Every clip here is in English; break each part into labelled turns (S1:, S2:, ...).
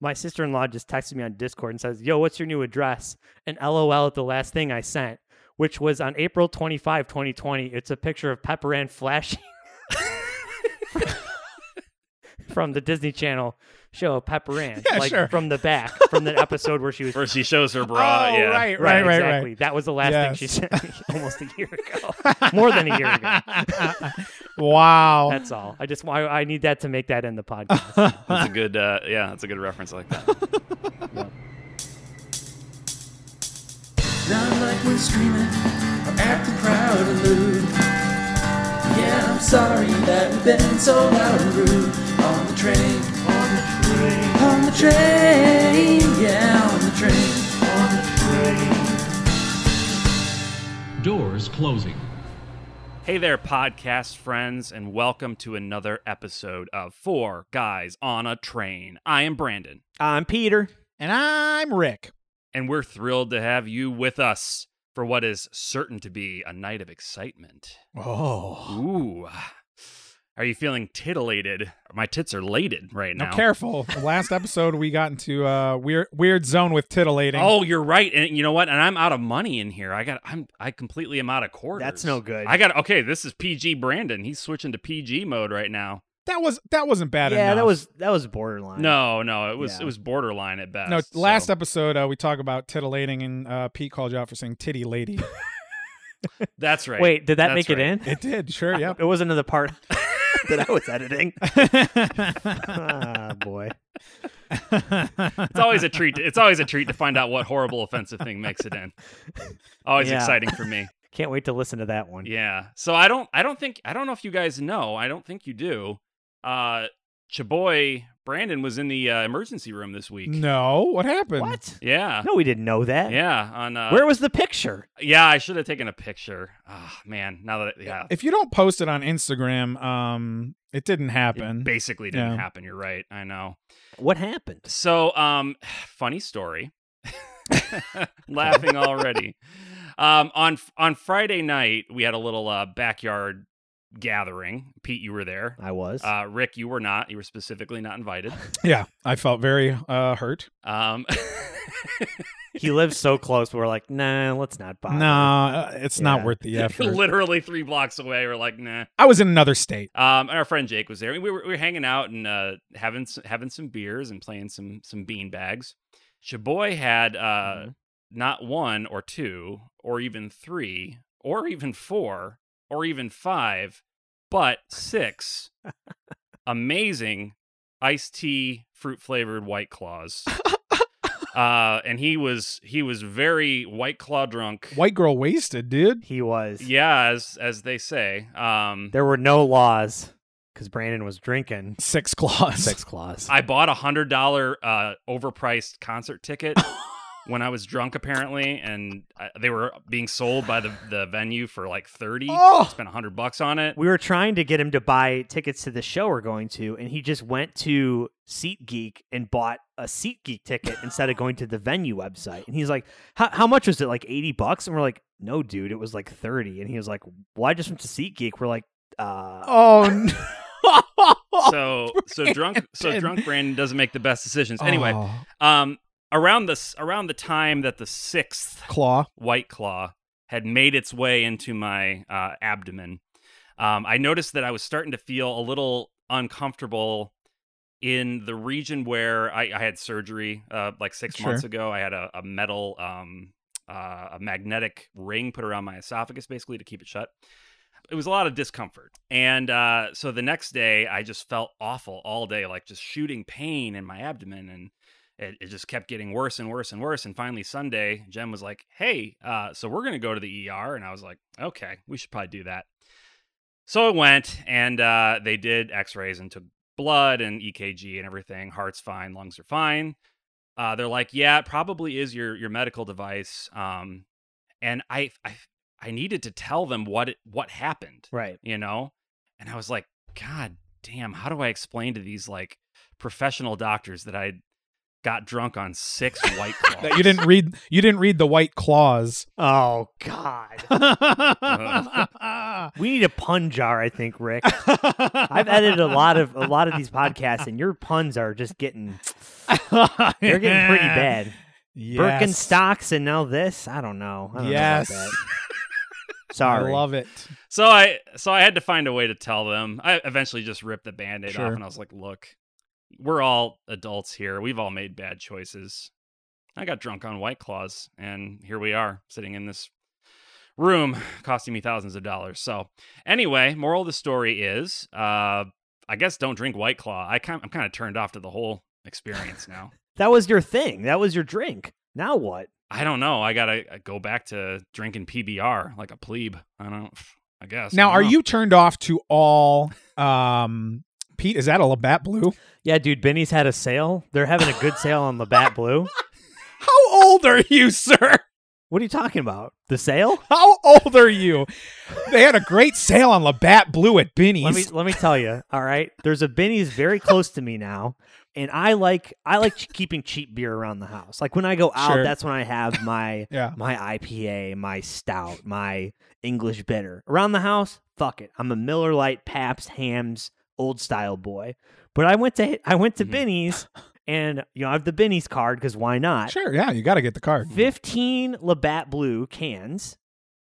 S1: My sister in law just texted me on Discord and says, Yo, what's your new address? And LOL at the last thing I sent, which was on April 25, 2020. It's a picture of Pepper Ann flashing from the Disney Channel show Pepper Ann,
S2: Yeah,
S1: like
S2: sure.
S1: from the back, from the episode where she was.
S3: Where she shows her bra.
S2: oh,
S3: yeah.
S2: right, right, right,
S1: exactly. That was the last thing she
S2: Yes.
S1: sent me almost a year ago, more than a year ago.
S2: right. wow.
S1: That's all. I just I, I need that to make that in the podcast.
S3: That's a good. Uh, yeah, that's a good reference like that.
S4: Not like we're screaming or acting proud and lewd. Yeah, I'm sorry that we've been so loud and rude on the train. On the train. On the train. Yeah, on the train. On the train.
S5: Doors closing.
S3: Hey there, podcast friends, and welcome to another episode of Four Guys on a Train. I am Brandon,
S2: I'm Peter. And I'm Rick.
S3: and we're thrilled to have you with us for what is certain to be a night of excitement.
S2: Oh.
S3: Ooh. Are you feeling titillated? My tits are lated right now.
S2: Now, careful. The last episode, we got into a weird, weird zone with titillating.
S3: Oh, you're right. And you know what? And I'm out of money in here. I got I'm I completely am out of quarters.
S6: That's no good.
S3: I got okay, this is PG Brandon. He's switching to PG mode right now.
S2: that was that wasn't bad
S6: yeah,
S2: enough.
S6: that was that was borderline.
S3: No, no, it was
S6: Yeah.
S3: it was borderline at best.
S2: No, last
S3: so.
S2: episode uh, we talk about titillating, and uh, Pete called you out for saying "titty lady."
S3: That's right.
S1: Wait, did that make
S3: That's right.
S1: it in?
S2: it did, sure, yep.
S6: It was another part that I was editing. Ah, boy.
S3: It's always a treat. It's always a treat to find out what horrible offensive thing makes it in. Always
S6: Yeah.
S3: exciting for me.
S6: Can't wait to listen to that one.
S3: Yeah. So I don't I don't think I don't know if you guys know. I don't think you do. Uh Chaboy Brandon was in the uh, emergency room this week.
S2: no, what happened?
S6: What?
S3: Yeah.
S6: No, we didn't know that.
S3: Yeah, on uh,
S6: Where was the picture?
S3: Yeah, I should have taken a picture. Ah, man. Now that yeah,
S2: If you don't post it on Instagram, um, it didn't happen.
S3: it basically didn't
S2: Yeah.
S3: happen. You're right. I know.
S6: What happened?
S3: So, um, funny story. Laughing already. Um, on on Friday night, we had a little uh, backyard gathering. Pete, you were there.
S6: I was.
S3: Uh, Rick, you were not. You were specifically not invited.
S2: yeah, I felt very uh, hurt.
S3: Um,
S6: he lives so close. We're like, nah, let's not bother.
S2: No, uh, it's not
S6: Yeah.
S2: worth the effort.
S3: literally three blocks away. We're like, nah.
S2: I was in another state.
S3: Um, and our friend Jake was there. We were, we were hanging out and uh, having s- having some beers and playing some some bean bags. Shaboy had uh, not one or two or even three or even four or even five, but six amazing iced tea fruit flavored white claws. uh, and he was he was very white claw drunk.
S2: White girl wasted, dude.
S6: He was.
S3: Yeah, as as they say. Um,
S6: There were no laws because Brandon was drinking
S2: Six claws.
S6: sex claws.
S3: I bought a hundred dollar uh, overpriced concert ticket when I was drunk, apparently, and I, they were being sold by the, the venue for like thirty.
S2: Oh!
S3: Spent a hundred bucks on it.
S6: we were trying to get him to buy tickets to the show we're going to, and he just went to SeatGeek and bought a SeatGeek ticket instead of going to the venue website. And he's like, "How how much was it? Like eighty bucks?" And we're like, "No, dude, it was like 30 And he was like, "Well, I just went to SeatGeek." We're like, "Uh,
S2: Oh no.
S3: So so drunk so
S2: Brandon.
S3: drunk Brandon doesn't make the best decisions. Anyway,
S2: Oh.
S3: um, around this around the time that the sixth
S2: claw.
S3: white claw had made its way into my uh, abdomen, um, I noticed that I was starting to feel a little uncomfortable in the region where I, I had surgery uh, like six
S2: Sure.
S3: months ago. I had a, a metal, um, uh, a magnetic ring put around my esophagus basically to keep it shut. It was a lot of discomfort. And uh, so the next day, I just felt awful all day, like just shooting pain in my abdomen. And it, it just kept getting worse and worse and worse. And finally, Sunday, Jen was like, Hey, uh, so we're going to go to the ER. And I was like, Okay, we should probably do that. So I went and uh, they did x rays and took blood and EKG and everything. Heart's fine, lungs are fine. Uh, they're like, Yeah, it probably is your, your medical device. Um, and I, I, I needed to tell them what it, what happened
S6: right."
S3: you know? And I was like, God damn, how do I explain to these like professional doctors that I got drunk on six white claws.
S2: That you didn't read. You didn't read the White Claws.
S6: Oh God. we need a pun jar, I think, Rick. I've edited a lot of a lot of these podcasts, and your puns are just getting they're getting pretty bad.
S2: Yes.
S6: Birkenstocks and now this. I don't know. I don't know about
S2: Yes.
S6: that.
S2: I
S6: Sorry.
S2: love it.
S3: So I so I had to find a way to tell them. I eventually just ripped the band-aid
S2: Sure.
S3: off and I was like, look, we're all adults here. We've all made bad choices. I got drunk on White Claws, and here we are, sitting in this room, costing me thousands of dollars. So anyway, moral of the story is uh I guess don't drink White Claw. I kind I'm kind of turned off to the whole experience now.
S6: That was your thing. That was your drink. Now what?
S3: I don't know. I gotta uh, go back to drinking PBR like a plebe. I don't. I guess. I
S2: Now,
S3: don't
S2: are
S3: know.
S2: you turned off to all? Um, Pete, is that a Labatt Blue?
S1: Yeah, dude, Benny's had a sale.
S6: They're having a good sale on Labatt Blue.
S2: How old are you, sir?
S6: What are you talking about? The sale?
S2: How old are you? They had a great sale on Labatt Blue at Benny's.
S6: Let me let me tell you. All right, there's a Benny's very close to me now, and I like I like ch- keeping cheap beer around the house. Like when I go out,
S2: Sure.
S6: that's when I have my
S2: yeah.
S6: my IPA, my stout, my English bitter around the house. Fuck it, I'm a Miller Lite, Pabst, Hams, old style boy. But I went to I went to
S3: Mhm.
S6: Benny's, and you know I have the Benny's card because why not?
S2: Sure. Yeah, you got to get the card.
S6: 15 Labatt Blue cans.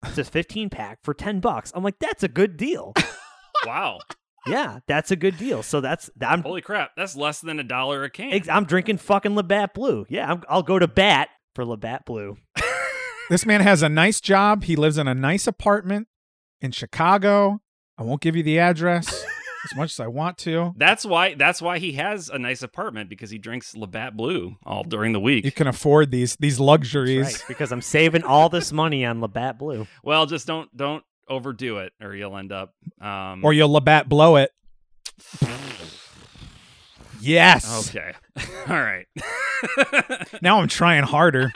S6: It's a 15 pack for 10 bucks. I'm like, that's a good deal.
S3: Wow.
S6: yeah, that's a good deal. So that's I'm
S3: Holy crap, that's less than a dollar a can.
S6: ex- I'm drinking fucking Labatt Blue. Yeah, I'm, I'll go to bat for Labatt Blue.
S2: This man has a nice job. He lives in a nice apartment in Chicago. I won't give you the address as much as I want to.
S3: That's why that's why he has a nice apartment because he drinks Labatt Blue all during the week.
S2: You can afford these these
S6: That's
S2: luxuries.
S6: right, because I'm saving all this money on Labatt Blue.
S3: Well, just don't don't overdo it or you'll end up um
S2: Or you'll Labatt blow it. Yes.
S3: Okay. all right.
S2: Now I'm trying harder.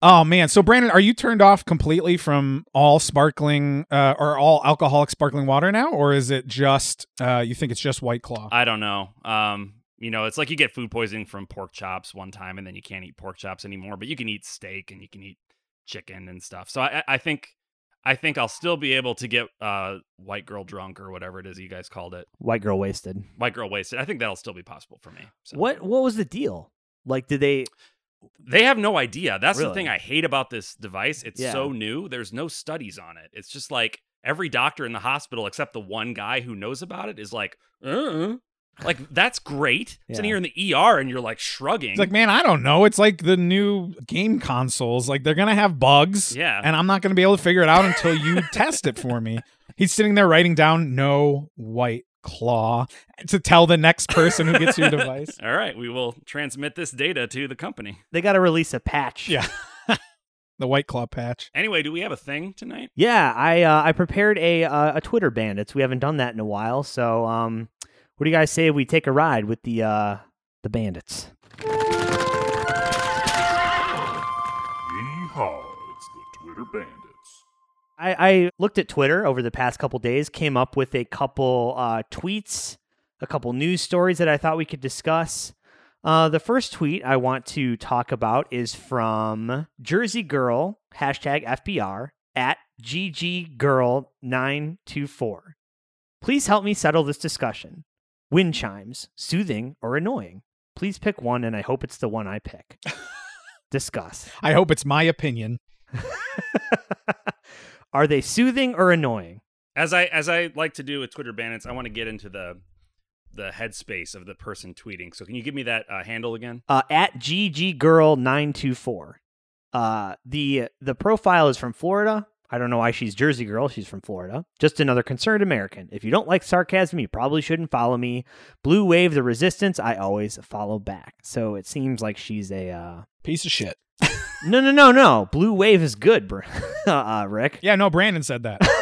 S2: oh man. So Brandon, are you turned off completely from all sparkling uh, or all alcoholic sparkling water now, or is it just uh, you think it's just White Claw?
S3: I don't know. Um you know, it's like you get food poisoning from pork chops one time and then you can't eat pork chops anymore, but you can eat steak and you can eat chicken and stuff. So I I I think I think I'll still be able to get uh white girl drunk or whatever it is you guys called it.
S6: White girl wasted.
S3: White girl wasted. I think that'll still be possible for me. So.
S6: What what was the deal? Like, did they?
S3: They have no idea. That's the
S6: Really?
S3: thing I hate about this device. It's
S6: Yeah.
S3: so new. There's no studies on it. It's just like every doctor in the hospital, except the one guy who knows about it, is like, uh like that's great. Sitting
S6: Yeah.
S3: here in the ER and you're like shrugging.
S2: It's like, man, I don't know. It's like the new game consoles. Like they're gonna have bugs,
S3: yeah.
S2: and I'm not gonna be able to figure it out until you test it for me. He's sitting there writing down no white claw to tell the next person who gets your device.
S3: All right, we will transmit this data to the company.
S6: They got to release a patch.
S2: Yeah. The white claw patch.
S3: Anyway, do we have a thing tonight?
S6: Yeah, I uh, I prepared a uh, a Twitter bandits. We haven't done that in a while, so um, what do you guys say we take a ride with the uh, the bandits?
S5: Yeehaw, it's the Twitter Bandits.
S6: I, I looked at Twitter over the past couple days, came up with a couple uh, tweets, a couple news stories that I thought we could discuss. Uh, the first tweet I want to talk about is from Jersey Girl hashtag FBR at GGGirl924. Please help me settle this discussion. Wind chimes, soothing or annoying. Please pick one, and I hope it's the one I pick. discuss.
S2: I hope it's my opinion.
S6: Are they soothing or annoying?
S3: As I as I like to do with Twitter bandits, I want to get into the the headspace of the person tweeting. So can you give me that uh, handle again?
S6: uh, at gggirl924. Uh, the the profile is from Florida. I don't know why she's Jersey girl. She's from Florida. Just another concerned American. If you don't like sarcasm, you probably shouldn't follow me. Blue wave the resistance. I always follow back. So it seems like she's a uh...
S2: Piece of shit.
S6: no no no no. Blue wave is good, br- uh, Rick.
S2: Yeah, no, Brandon said that.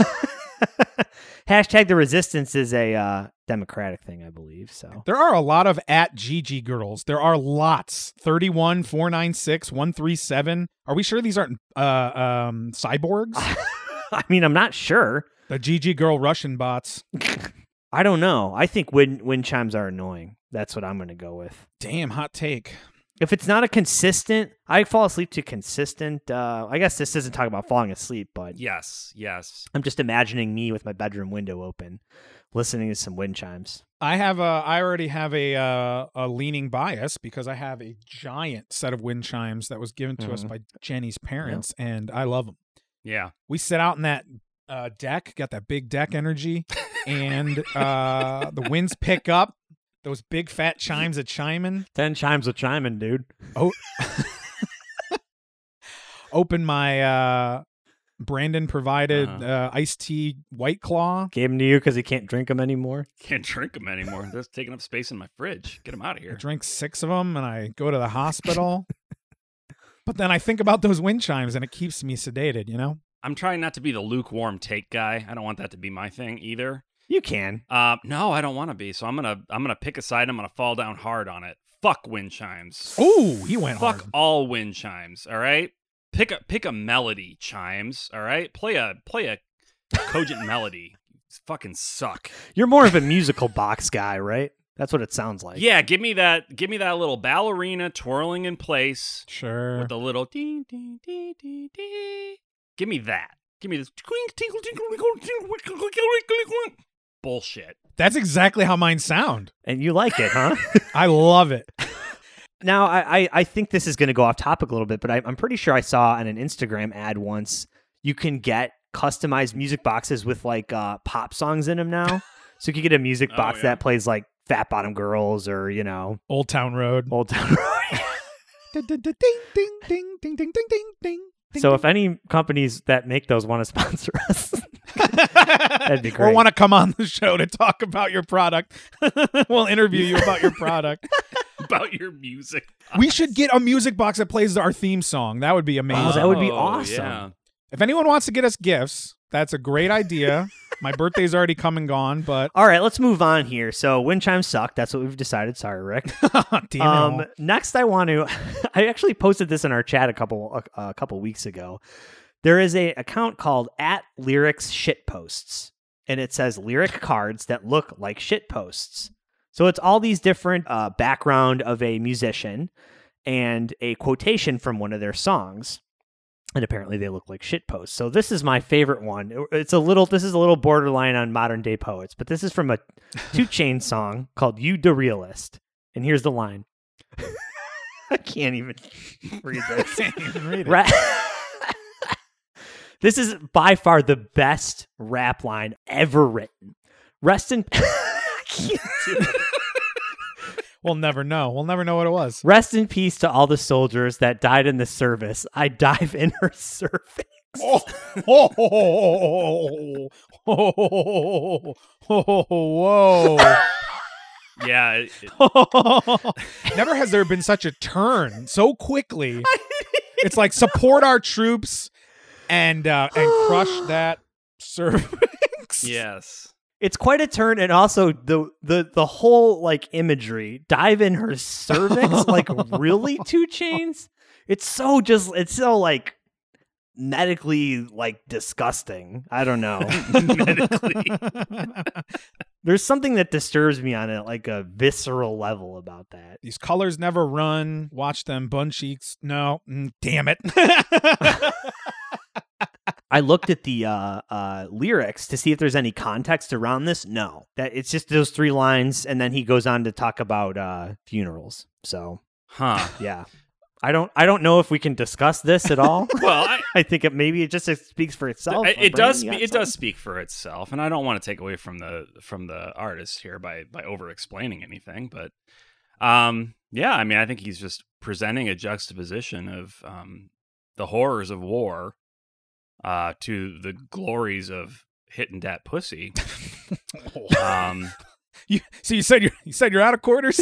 S6: Hashtag the resistance is a uh, democratic thing, I believe. So
S2: There are a lot of at GG girls. There are lots. 31, 496, 137. Are we sure these aren't uh, um, cyborgs?
S6: I mean, I'm not sure.
S2: the GG girl Russian bots.
S6: I don't know. I think wind wind chimes are annoying. That's what I'm going to go with.
S2: Damn, hot take.
S6: if it's not a consistent, I fall asleep to consistent. Uh, I guess this isn't talking about falling asleep, but
S3: Yes, yes.
S6: I'm just imagining me with my bedroom window open, listening to some wind chimes.
S2: I have a I already have a uh, a leaning bias because I have a giant set of wind chimes that was given to us by Jenny's parents and I love them.
S3: Yeah.
S2: We sit out in that uh, deck, got that big deck energy and uh, the winds pick up those big fat chimes a chiming.
S1: Ten chimes of chiming, dude.
S2: Open my uh Brandon provided
S3: Uh-huh.
S2: uh, iced tea white claw.
S1: Gave them to you because he can't drink them anymore.
S3: Can't drink them anymore. That's taking up space in my fridge. Get them out of
S2: I
S3: here.
S2: drink six of them and I go to the hospital. but then I think about those wind chimes and it keeps me sedated, you know?
S3: I'm trying not to be the lukewarm take guy. I don't want that to be my thing either.
S6: You can.
S3: Uh, no, I don't want to be. So I'm gonna I'm gonna pick a side. I'm gonna fall down hard on it. Fuck wind chimes.
S2: Ooh, he went
S3: Fuck
S2: hard.
S3: all wind chimes. All right. Pick a pick a melody chimes. All right. Play a play a cogent melody. Fucking suck.
S6: You're more of a musical box guy, right? That's what it sounds like.
S3: Yeah. Give me that. Give me that little ballerina twirling in place
S2: Sure.
S3: with the little ding ding ding ding ding. Give me that. Give me this twinkle tinkle tinkle tinkle tinkle winkle, winkle, winkle, winkle. bullshit.
S2: That's exactly how mine sound.
S6: And you like it, huh?
S2: I love it.
S6: now, I, I, I think this is going to go off topic a little bit, but I, I'm pretty sure I saw on an Instagram ad once you can get customized music boxes with like uh, pop songs in them now. so you can get a music
S3: Oh,
S6: box
S3: yeah.
S6: that plays like Fat Bottom Girls or, you know,
S2: Old Town Road.
S6: Old Town Road.
S2: Ding, ding, ding, ding, ding, ding, ding, ding, ding.
S1: So if any companies that make those want to sponsor us,
S2: That'd
S6: be
S2: Or
S6: great.
S2: want to come on the show to talk about your product. we'll interview you about your product.
S3: About your music.
S2: we should get a music box that plays our theme song. That would be amazing.
S6: Oh, that would be
S3: Oh,
S6: awesome.
S3: yeah.
S2: If anyone wants to get us gifts, that's a great idea. My birthday's already come and gone, but
S6: All right, let's move on here. So wind chimes suck. That's what we've decided. Sorry, Rick.
S2: damn it. all.
S6: Um, next, I want to. I actually posted this in our chat a couple a, a couple weeks ago. There is a account called at lyrics shitposts, and it says lyric cards that look like shitposts. So it's all these different uh, background of a musician and a quotation from one of their songs. And apparently they look like shitposts. So this is my favorite one. It- It's a little this is a little borderline on modern day poets, but this is from a two chain song called You the Realist. And here's the line. I can't even read this.
S2: Can't even read it.
S6: Ra- this is by far the best rap line ever written. Rest in I can't do it.
S2: We'll never know. We'll never know what it was.
S6: Rest in peace to all the soldiers that died in the service. I dive in her service.
S2: oh, oh, oh, oh, oh, oh, oh, oh, oh, whoa.
S3: Yeah. it- it-
S2: Never has there been such a turn so quickly. It's like support our troops and uh, and crush that cervix.
S3: yes.
S6: It's quite a turn, and also the the the whole like imagery dive in her cervix. like really, two chains. It's so just. It's so like medically like disgusting. I don't know.
S3: Medically.
S6: There's something that disturbs me on it, like a visceral level about that.
S2: These colors never run. Watch them bun cheeks. No, mm, damn it.
S6: I looked at the uh, uh, lyrics to see if there's any context around this. No, that it's just those three lines, and then he goes on to talk about uh, funerals. So
S3: Huh.
S6: yeah, I don't I don't know if we can discuss this at all.
S3: Well, I,
S6: I think it maybe it just speaks for itself.
S3: I-
S6: Uh,
S3: it does.
S6: Brandon,
S3: Spe-
S6: you
S3: it
S6: got
S3: does speak for itself, and I don't want to take away from the from the artist here by by over explaining anything. But, um, yeah, I mean, I think he's just presenting a juxtaposition of um, the horrors of war, uh, to the glories of hitting that pussy. Um,
S2: you, so you said you're you said you're out of quarters.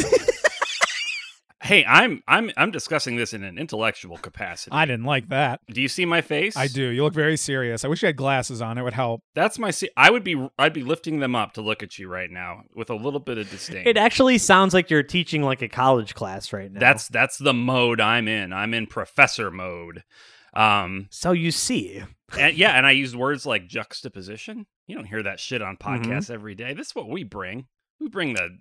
S3: hey, I'm I'm I'm discussing this in an intellectual capacity.
S2: I didn't like that.
S3: Do you see my face?
S2: I do. You look very serious. I wish you had glasses on. It would help.
S3: That's my. Se- I would be. I'd be lifting them up to look at you right now with a little bit of disdain.
S6: something. It actually sounds like you're teaching like a college class right now.
S3: that's that's the mode I'm in. I'm in professor mode. Um.
S6: so you see.
S3: And yeah, and I use words like juxtaposition. You don't hear that shit on
S2: Mm-hmm.
S3: podcasts every day. This is what we bring. We bring the.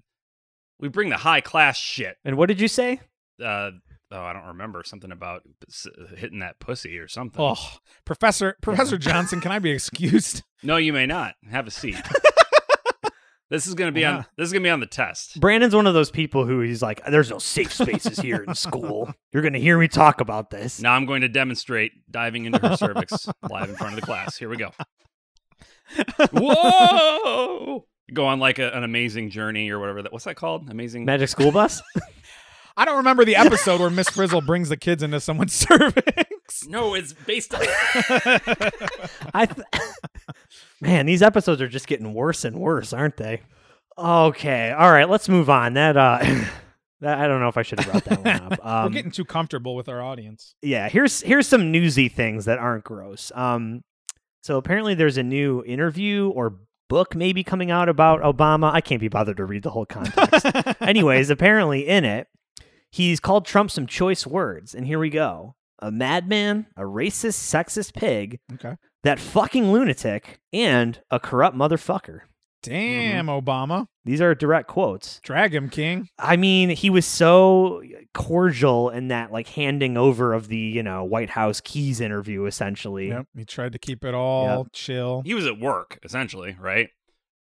S3: We bring the high class shit.
S6: And what did you say?
S3: Uh. oh, I don't remember something about s- hitting that pussy or something.
S2: Oh, Professor Professor Johnson, can I be excused?
S3: No, you may not. Have a seat. this is gonna be
S2: Yeah.
S3: on. This is gonna be on the test.
S6: Brandon's one of those people who he's like, there's no safe spaces here in school. You're going to hear me talk about this.
S3: Now I'm going to demonstrate diving into her cervix live in front of the class. Here we go. Whoa! Go on like a, an amazing journey or whatever that. What's that called? Amazing.
S6: Magic School Bus?
S2: I don't remember the episode where Miss Frizzle brings the kids into someone's cervix.
S3: no, it's based on.
S6: I th- Man, these episodes are just getting worse and worse, aren't they? Okay. All right, let's move on. That uh that, I don't know if I should have brought that one up. Um,
S2: We're getting too comfortable with our audience.
S6: yeah, here's here's some newsy things that aren't gross. Um, so apparently there's a new interview or book maybe coming out about Obama. I can't be bothered to read the whole context. Anyways, apparently in it, he's called Trump some choice words, and here we go: a madman, a racist, sexist pig,
S2: Okay.
S6: that fucking lunatic, and a corrupt motherfucker.
S2: Damn, Obama.
S6: These are direct quotes.
S2: Drag him, King.
S6: I mean, he was so cordial in that like handing over of the, you know, White House keys interview essentially.
S2: Yep. He tried to keep it all chill.
S3: he was at work essentially, right?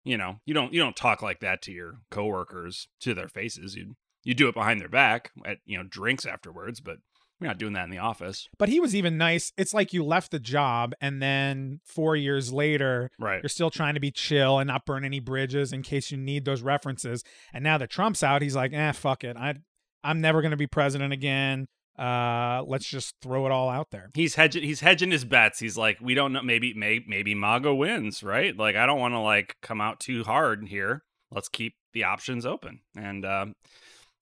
S3: You know, you don't you don't talk like that to your coworkers to their faces. You you do it behind their back at you know drinks afterwards, but you're not doing that in the office,
S2: But he was even nice. It's like you left the job and then four years later,
S3: right?
S2: you're still trying to be chill and not burn any bridges in case you need those references. And now that Trump's out, he's like, eh, fuck it. I, I'm never going to be president again. Uh, let's just throw it all out there.
S3: He's hedging. He's hedging his bets. He's like, we don't know. Maybe, maybe, maybe MAGA wins, right? Like, I don't want to like come out too hard here. Let's keep the options open. And um,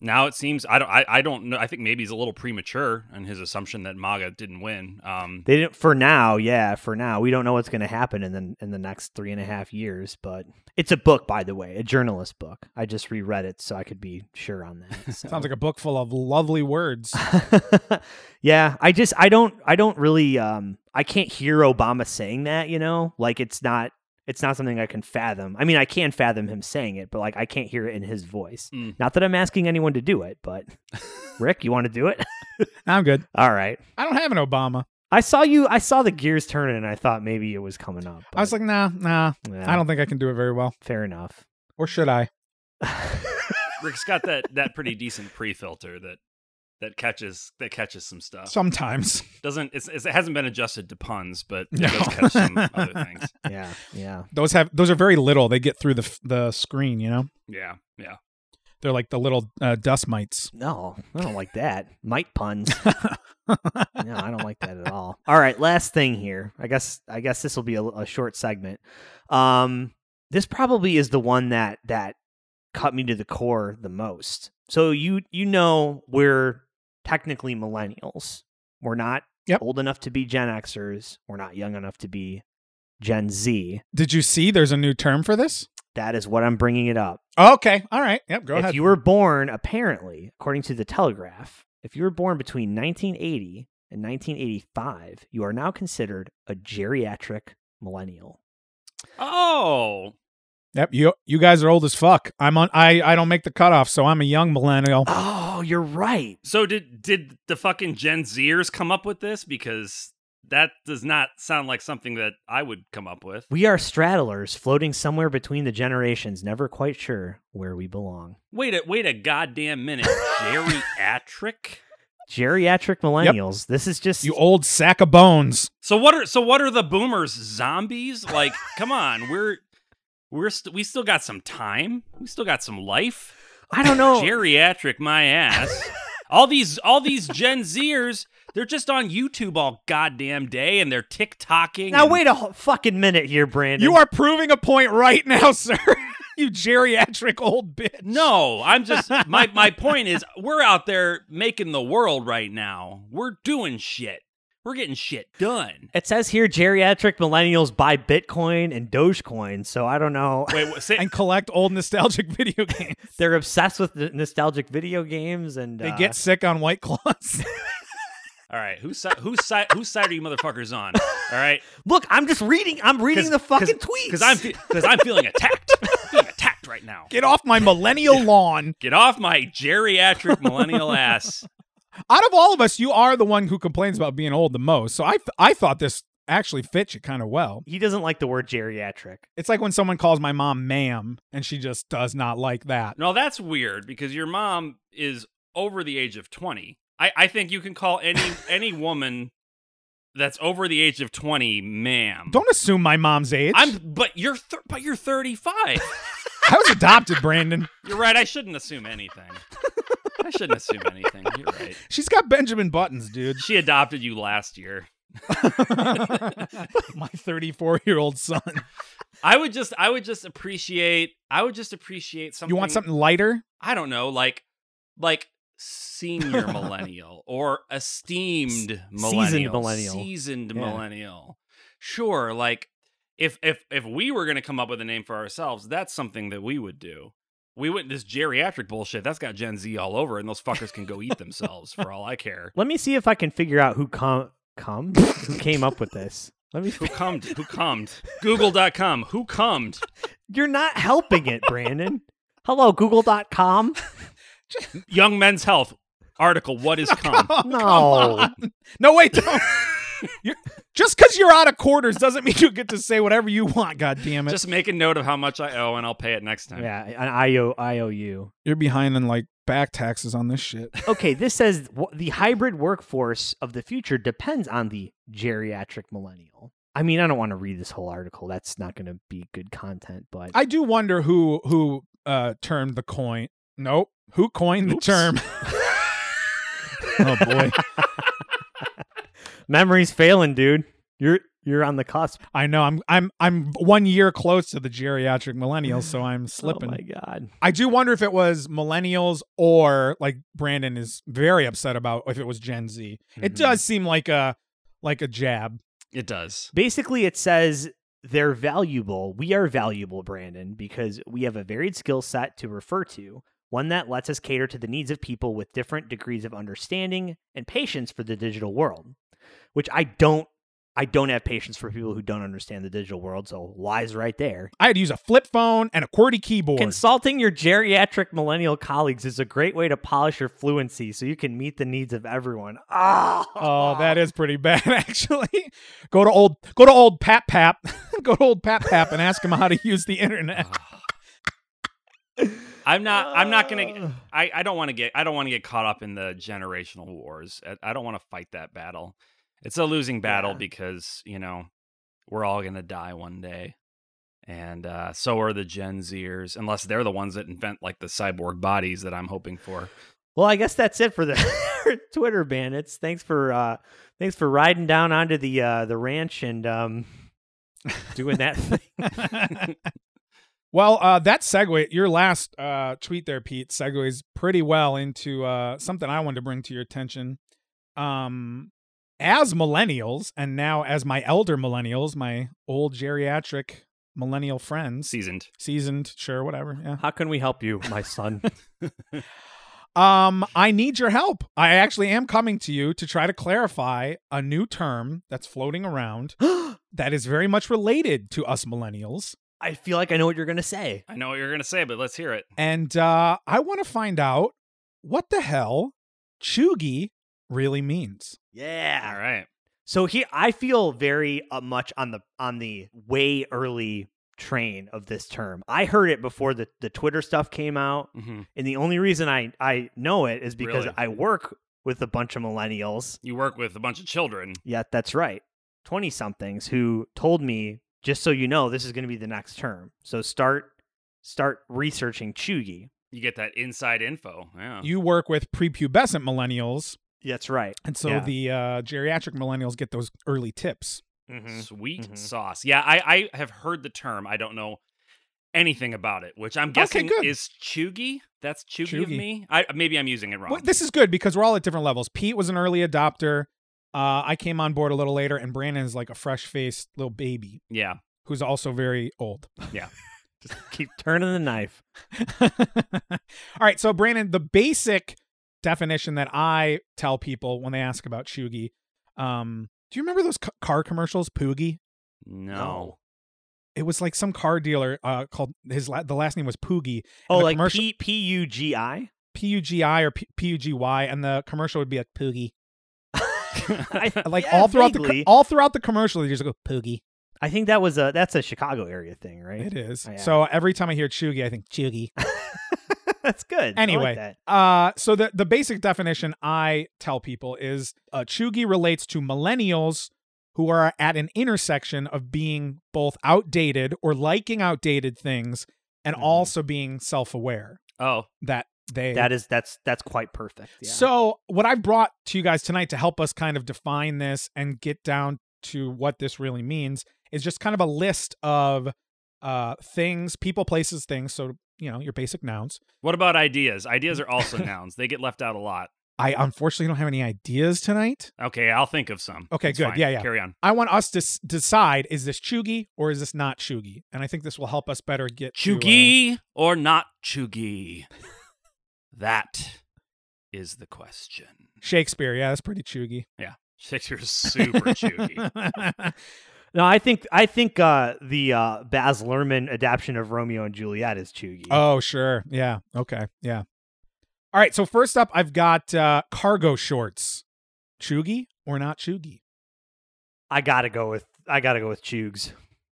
S3: now it seems I don't. I, I don't know. I think maybe he's a little premature in his assumption that MAGA didn't win. Um,
S6: They didn't for now, yeah, for now. We don't know what's gonna happen in the in the next three and a half years, but it's a book, by the way, a journalist book. I just reread it so I could be sure on that. so.
S2: Sounds like a book full of lovely words.
S6: yeah, I just I don't I don't really um I can't hear Obama saying that, you know? Like it's not it's not something I can fathom. I mean, I can fathom him saying it, but like I can't hear it in his voice.
S3: Mm.
S6: Not that I'm asking anyone to do it, but Rick, you want to do it?
S2: I'm good.
S6: All right.
S2: I don't have an Obama.
S6: I saw you I saw the gears turning and I thought maybe it was coming up.
S2: I was
S6: but,
S2: like, nah, nah.
S6: yeah,
S2: I don't think I can do it very well.
S6: fair enough.
S2: Or should I?
S3: Rick's got that that pretty decent pre-filter that that catches that catches some
S6: Uh.
S3: stuff.
S2: Sometimes.
S3: Doesn't it's, it's, it hasn't been adjusted to puns, but it
S2: No.
S3: does catch some other things.
S6: yeah, yeah.
S2: Those have those are very little. They get through the f- the screen, you know.
S3: Yeah, yeah.
S2: They're like the little uh, dust mites.
S6: No, I don't like that. Might puns. no, I don't like that at all. All right, last thing here. I guess I guess this will be a, a short segment. Um, this probably is the one that that cut me to the core the most. So you you know we're technically millennials. We're not
S2: Yep.
S6: old enough to be Gen Xers. We're not young enough to be Gen Z.
S2: Did you see? There's a new term for this.
S6: That is what I'm bringing it up.
S2: Okay. All right. Yep. Go
S6: if
S2: ahead.
S6: you were born, apparently, according to the Telegraph, if you were born between 1980 and 1985, you are now considered a geriatric millennial.
S3: Oh,
S2: Yep. You you guys are old as fuck. I'm on. I I don't make the cutoff, so I'm a young millennial.
S6: Oh, you're right.
S3: so did did the fucking Gen Zers come up with this? Because that does not sound like something that I would come up with.
S6: We are straddlers floating somewhere between the generations, never quite sure where we belong.
S3: Wait a wait a goddamn minute, geriatric.
S6: Geriatric millennials. This is just
S2: You old sack of bones.
S3: So what are so what are the boomers zombies? Like, come on, we're we're st- we still got some time. We still got some life.
S6: I don't know.
S3: geriatric my ass. all these all these Gen Zers, they're just on YouTube all goddamn day and they're TikToking.
S6: now
S3: and-
S6: wait a ho- fucking minute here, Brandon.
S2: You are proving a point right now, sir. you geriatric old bitch.
S3: No, I'm just my my point is we're out there making the world right now. We're doing shit. We're getting shit done.
S6: It says here geriatric millennials buy Bitcoin and Dogecoin, so I don't know.
S3: Wait, what, say,
S2: And collect old nostalgic video games.
S6: They're obsessed with n- nostalgic video games, and
S2: They
S6: uh,
S2: get sick on white claws.
S3: all right, whose side whose side whose side are you motherfuckers on? All right,
S6: Look, I'm just reading. I'm reading the fucking tweets
S3: because I'm because I'm feeling attacked. I'm feeling attacked right now.
S2: get off my millennial lawn.
S3: Get off my geriatric millennial ass.
S2: out of all of us, you are the one who complains about being old the most. So I th- I thought this actually fits you kind of well.
S6: He doesn't like the word geriatric.
S2: It's like when someone calls my mom ma'am and she just does not like that.
S3: No, that's weird because your mom is over the age of 20. I, I think you can call any any woman that's over the age of 20 ma'am.
S2: Don't assume my mom's age.
S3: I'm but you're thir- but you're 35.
S2: I was adopted, Brandon.
S3: you're right, I shouldn't assume anything. I shouldn't assume anything. You're right.
S2: She's got Benjamin Buttons, dude.
S3: She adopted you last year.
S2: my 34 year old son.
S3: I would just I would just appreciate I would just appreciate something
S2: You want something lighter?
S3: I don't know, like like senior millennial or esteemed millennial,
S6: millennial.
S3: seasoned
S6: Yeah.
S3: millennial. Sure, like if if if we were going to come up with a name for ourselves, that's something that we would do. We wouldn't this geriatric bullshit. That's got Gen Z all over, and those fuckers can go eat themselves for all I care.
S6: Let me see if I can figure out who com come who came up with this. Let me.
S3: Who cummed? Who cummed? Google.com. Who cummed?
S6: You're not helping it, Brandon. Hello, Google.com.
S3: Young Men's Health article. What is cum?
S6: Oh, No,
S2: No, wait. Don't. You're- just because you're out of quarters doesn't mean you get to say whatever you want, God damn it.
S3: Just make a note of how much I owe, and I'll pay it next time.
S6: yeah, an IO IOU.
S2: you're behind on like back taxes on this shit.
S6: Okay, this says wh- the hybrid workforce of the future depends on the geriatric millennial. I mean, I don't want to read this whole article. That's not going to be good content, but
S2: I do wonder who who uh termed the coin. Nope. Who coined the term? oh boy.
S6: memory's failing, dude. You're you're on the cusp.
S2: I know. I'm I'm I'm one year close to the geriatric millennials, so I'm slipping.
S6: Oh my god.
S2: I do wonder if it was millennials or like Brandon is very upset about if it was Gen Z. It
S3: Mhm.
S2: does seem like a like a jab.
S3: It does.
S6: Basically, it says they're valuable. We are valuable, Brandon, because we have a varied skill set to refer to, one that lets us cater to the needs of people with different degrees of understanding and patience for the digital world, which I don't. I don't have patience for people who don't understand the digital world, so lies right there.
S2: I had to use a flip phone and a QWERTY keyboard.
S6: Consulting your geriatric millennial colleagues is a great way to polish your fluency so you can meet the needs of everyone. Ah,
S2: oh, that is pretty bad actually. go to old go to old Pap Pap. go to old Pap Pap and ask him how to use the internet.
S3: I'm not. I'm not gonna. I. I don't want to get. I don't want to get caught up in the generational wars. I, I don't want to fight that battle. It's a losing battle
S6: Yeah.
S3: because you know we're all gonna die one day, and uh, so are the Gen Zers, unless they're the ones that invent like the cyborg bodies that I'm hoping for.
S6: Well, I guess that's it for the Twitter bandits. Thanks for uh thanks for riding down onto the uh the ranch and um doing that thing.
S2: Well, uh, that segue, your last uh, tweet there, Pete, segues pretty well into uh, something I wanted to bring to your attention. Um, as millennials, and now as my elder millennials, my old geriatric millennial friends,
S3: Seasoned.
S2: seasoned, sure, whatever. Yeah.
S6: How can we help you, my son?
S2: Um, I need your help. I actually am coming to you to try to clarify a new term that's floating around that is very much related to us millennials.
S6: I feel like I know what you're gonna say.
S3: I know what you're gonna say, but let's hear it.
S2: And uh, I want to find out what the hell chuggy really means.
S3: All
S6: Yeah.
S3: right.
S6: So here I feel very uh, much on the on the way early train of this term. I heard it before the, the Twitter stuff came out.
S3: Mm-hmm.
S6: And the only reason I, I know it is because
S3: Really?
S6: I work with a bunch of millennials
S3: You work with a bunch of children.
S6: Yeah, that's right. 20 somethings who told me, just so you know, this is going to be the next term. So start start researching Chugi.
S3: You get that inside info. Yeah.
S2: You work with prepubescent millennials,
S6: That's right.
S2: and so
S6: Yeah.
S2: the uh, geriatric millennials get those early tips. Mm-hmm,
S3: Sweet
S6: Mhm.
S3: sauce. Yeah, I, I have heard the term. I don't know anything about it, which I'm guessing
S2: good.
S3: is chuggy. That's chuggy, of
S2: Chuggy.
S3: me. I maybe I'm using it wrong.
S2: Well, this is good because we're all at different levels. Pete was an early adopter. Uh, I came on board a little later, and Brandon is like a fresh-faced little baby
S3: yeah.
S2: who's also very old.
S6: Just keep turning the knife.
S2: All right, so Brandon, the basic definition that I tell people when they ask about Chugi, um, do you remember those ca- car commercials, Poogie?
S3: No.
S2: It was like some car dealer uh, called his la- the last name was Poogie.
S6: Oh,
S2: the
S6: like
S2: commercial-
S6: P P U G I?
S2: P U G I or P U G Y, and the commercial would be like Poogie.
S6: I,
S2: Like
S6: yeah,
S2: all throughout the
S6: vaguely.
S2: co- all throughout the commercial, they just go Poogie.
S6: I think that was a that's a Chicago area thing, right?
S2: It is.
S6: Oh, yeah.
S2: So every time I hear Chuggy, I think Chuggy.
S6: that's good. I like
S2: Anyway.
S6: that.
S2: Uh, so the the basic definition I tell people is uh, Chuggy relates to millennials who are at an intersection of being both outdated or liking outdated things, and
S6: Mhm.
S2: also being self aware
S3: Oh,
S2: that they
S6: that is that's that's quite perfect. Yeah.
S2: So, what I've brought to you guys tonight to help us kind of define this and get down to what this really means is just kind of a list of uh things, people, places, things. So, you know, your basic nouns.
S3: what about ideas? Ideas are also nouns. They get left out a lot.
S2: I unfortunately don't have any ideas tonight.
S3: Okay, I'll think of some.
S2: Okay,
S3: It's
S2: good.
S3: fine.
S2: Yeah, yeah.
S3: Carry on.
S2: I want us to s- decide is this chuggy or is this not chuggy? And I think this will help us better get to, uh,
S3: Chugi or not chugi? that is the question.
S2: uh, Shakespeare. Yeah, that's pretty chuggy.
S3: Shakespeare's super chugi.
S6: no, I think I think uh, the uh, Baz Luhrmann adaptation of Romeo and Juliet is Chugi.
S2: Oh, sure. Yeah. Okay. Yeah. All right. So first up, I've got uh, cargo shorts. Chugi or not chugi?
S6: I gotta go with I gotta go with Chugs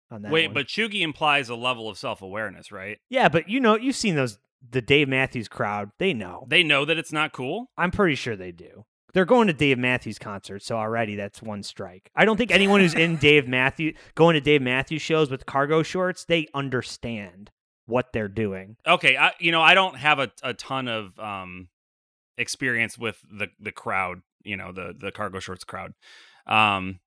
S6: on that.
S3: Wait,
S6: one.
S3: but chugi implies a level of self awareness, right?
S6: yeah, but you know you've seen those the Dave Matthews crowd. They know.
S3: They know that it's not cool.
S6: I'm pretty sure they do. They're going to Dave Matthews concert, so already that's one strike. I don't think anyone who's in Dave Matthews going to Dave Matthews shows with cargo shorts, they understand what they're doing.
S3: Okay, I, you know, I don't have a, a ton of um experience with the the crowd, you know, the the cargo shorts crowd. Um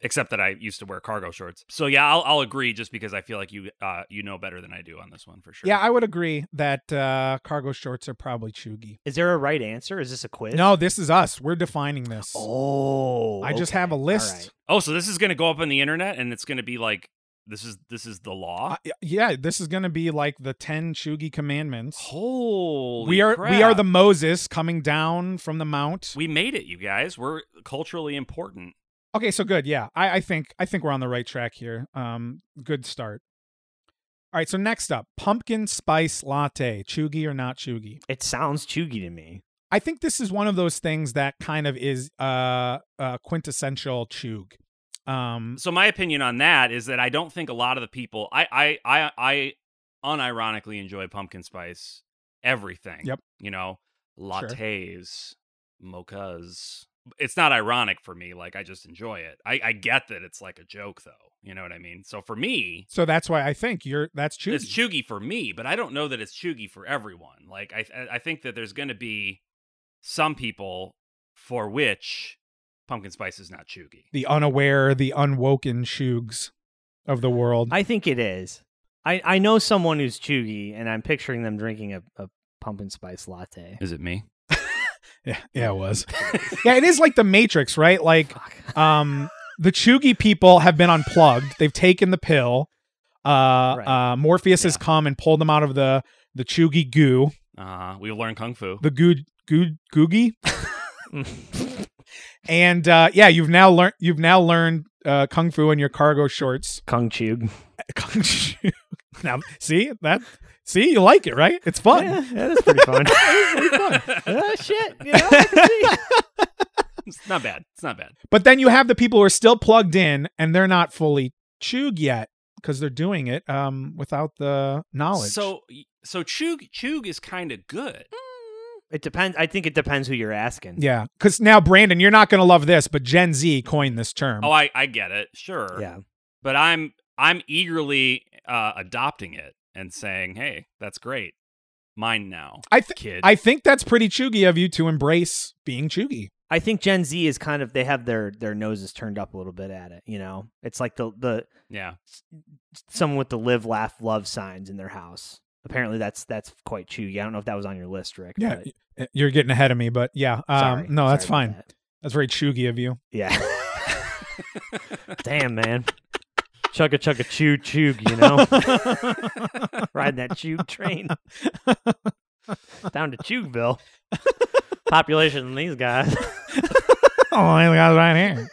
S3: except that I used to wear cargo shorts. So yeah, I'll I'll agree just because I feel like you uh you know better than I do on this one for sure.
S2: Yeah, I would agree that uh, cargo shorts are probably chugi.
S6: Is there a right answer? Is this a quiz?
S2: No, this is us. We're defining this.
S6: Oh,
S2: I just
S6: okay.
S2: have a
S6: All
S2: list.
S6: right.
S3: Oh, so this is going to go up on the internet and it's going to be like this is this is the law.
S2: Uh, y- yeah, this is going to be like the ten chugi commandments.
S3: Holy
S2: we are we
S3: crap.
S2: are the Moses coming down from the mount.
S3: We made it, you guys. We're culturally important.
S2: Okay, so good. Yeah, I, I think I think we're on the right track here. Um, good start. All right, so next up, pumpkin spice latte, chuggy or not chuggy?
S6: It sounds chuggy to me.
S2: I think this is one of those things that kind of is uh, uh quintessential chug. Um,
S3: So my opinion on that is that I don't think a lot of the people I I I, I unironically enjoy pumpkin spice everything.
S2: Yep.
S3: You know, lattes, mochas. It's not ironic for me. Like I just enjoy it. I, I get that it's like a joke though. You know what I mean? So for me,
S2: so that's why I think you're that's chuggy.
S3: it's chuggy for me, but I don't know that it's chuggy for everyone. Like I, I- I think that there's going to be some people for which pumpkin spice is not chuggy.
S2: the unaware, the unwoken chugs of the world.
S6: I think it is. I, I know someone who's chuggy, and I'm picturing them drinking a, a pumpkin spice latte.
S3: Is it me?
S2: yeah, yeah, it was. yeah, it is like the Matrix, right? Like
S6: Fuck.
S2: um the Chugi people have been unplugged. They've taken the pill. Uh,
S6: Right.
S2: uh Morpheus has
S3: Yeah.
S2: come and pulled them out of the the Chugi goo,
S3: Uh, we've learned kung fu.
S2: the goo goo googie. and uh yeah, you've now learned you've now learned uh kung fu in your cargo shorts.
S6: Kung chug.
S2: Kung Chu. now see that see you like it, right? It's fun.
S6: Yeah, that is pretty fun.
S2: Oh,
S6: Uh, shit, you know, I can see.
S3: it's not bad. It's not bad.
S2: But then you have the people who are still plugged in and they're not fully chug yet because they're doing it um without the knowledge. Mm-hmm.
S3: So, so chug chug is kind of good.
S6: It depends. I think it depends who you're asking.
S2: Yeah, because now Brandon, you're not going to love this, but Gen Z coined this term.
S3: Oh, I, I get it. Sure.
S6: Yeah.
S3: But I'm I'm eagerly uh, adopting it and saying, hey, that's great. Mine now,
S2: I th-
S3: kid.
S2: I think that's pretty chuggy of you to embrace being chuggy.
S6: I think Gen Z is kind of they have their their noses turned up a little bit at it. You know, it's like the the
S3: yeah.
S6: someone with the live, laugh, love signs in their house. Apparently, that's that's quite chuggy. I don't know if that was on your list, Rick.
S2: Yeah,
S6: but
S2: y- you're getting ahead of me, but yeah, um,
S6: sorry.
S2: no, that's
S6: Sorry
S2: fine.
S6: about that.
S2: That's very chuggy of you.
S6: Yeah. Damn, man. Chugga chugga chew chug, you know? Riding that chug train. Down to Chugville. Population in these guys.
S2: oh, I got it right here.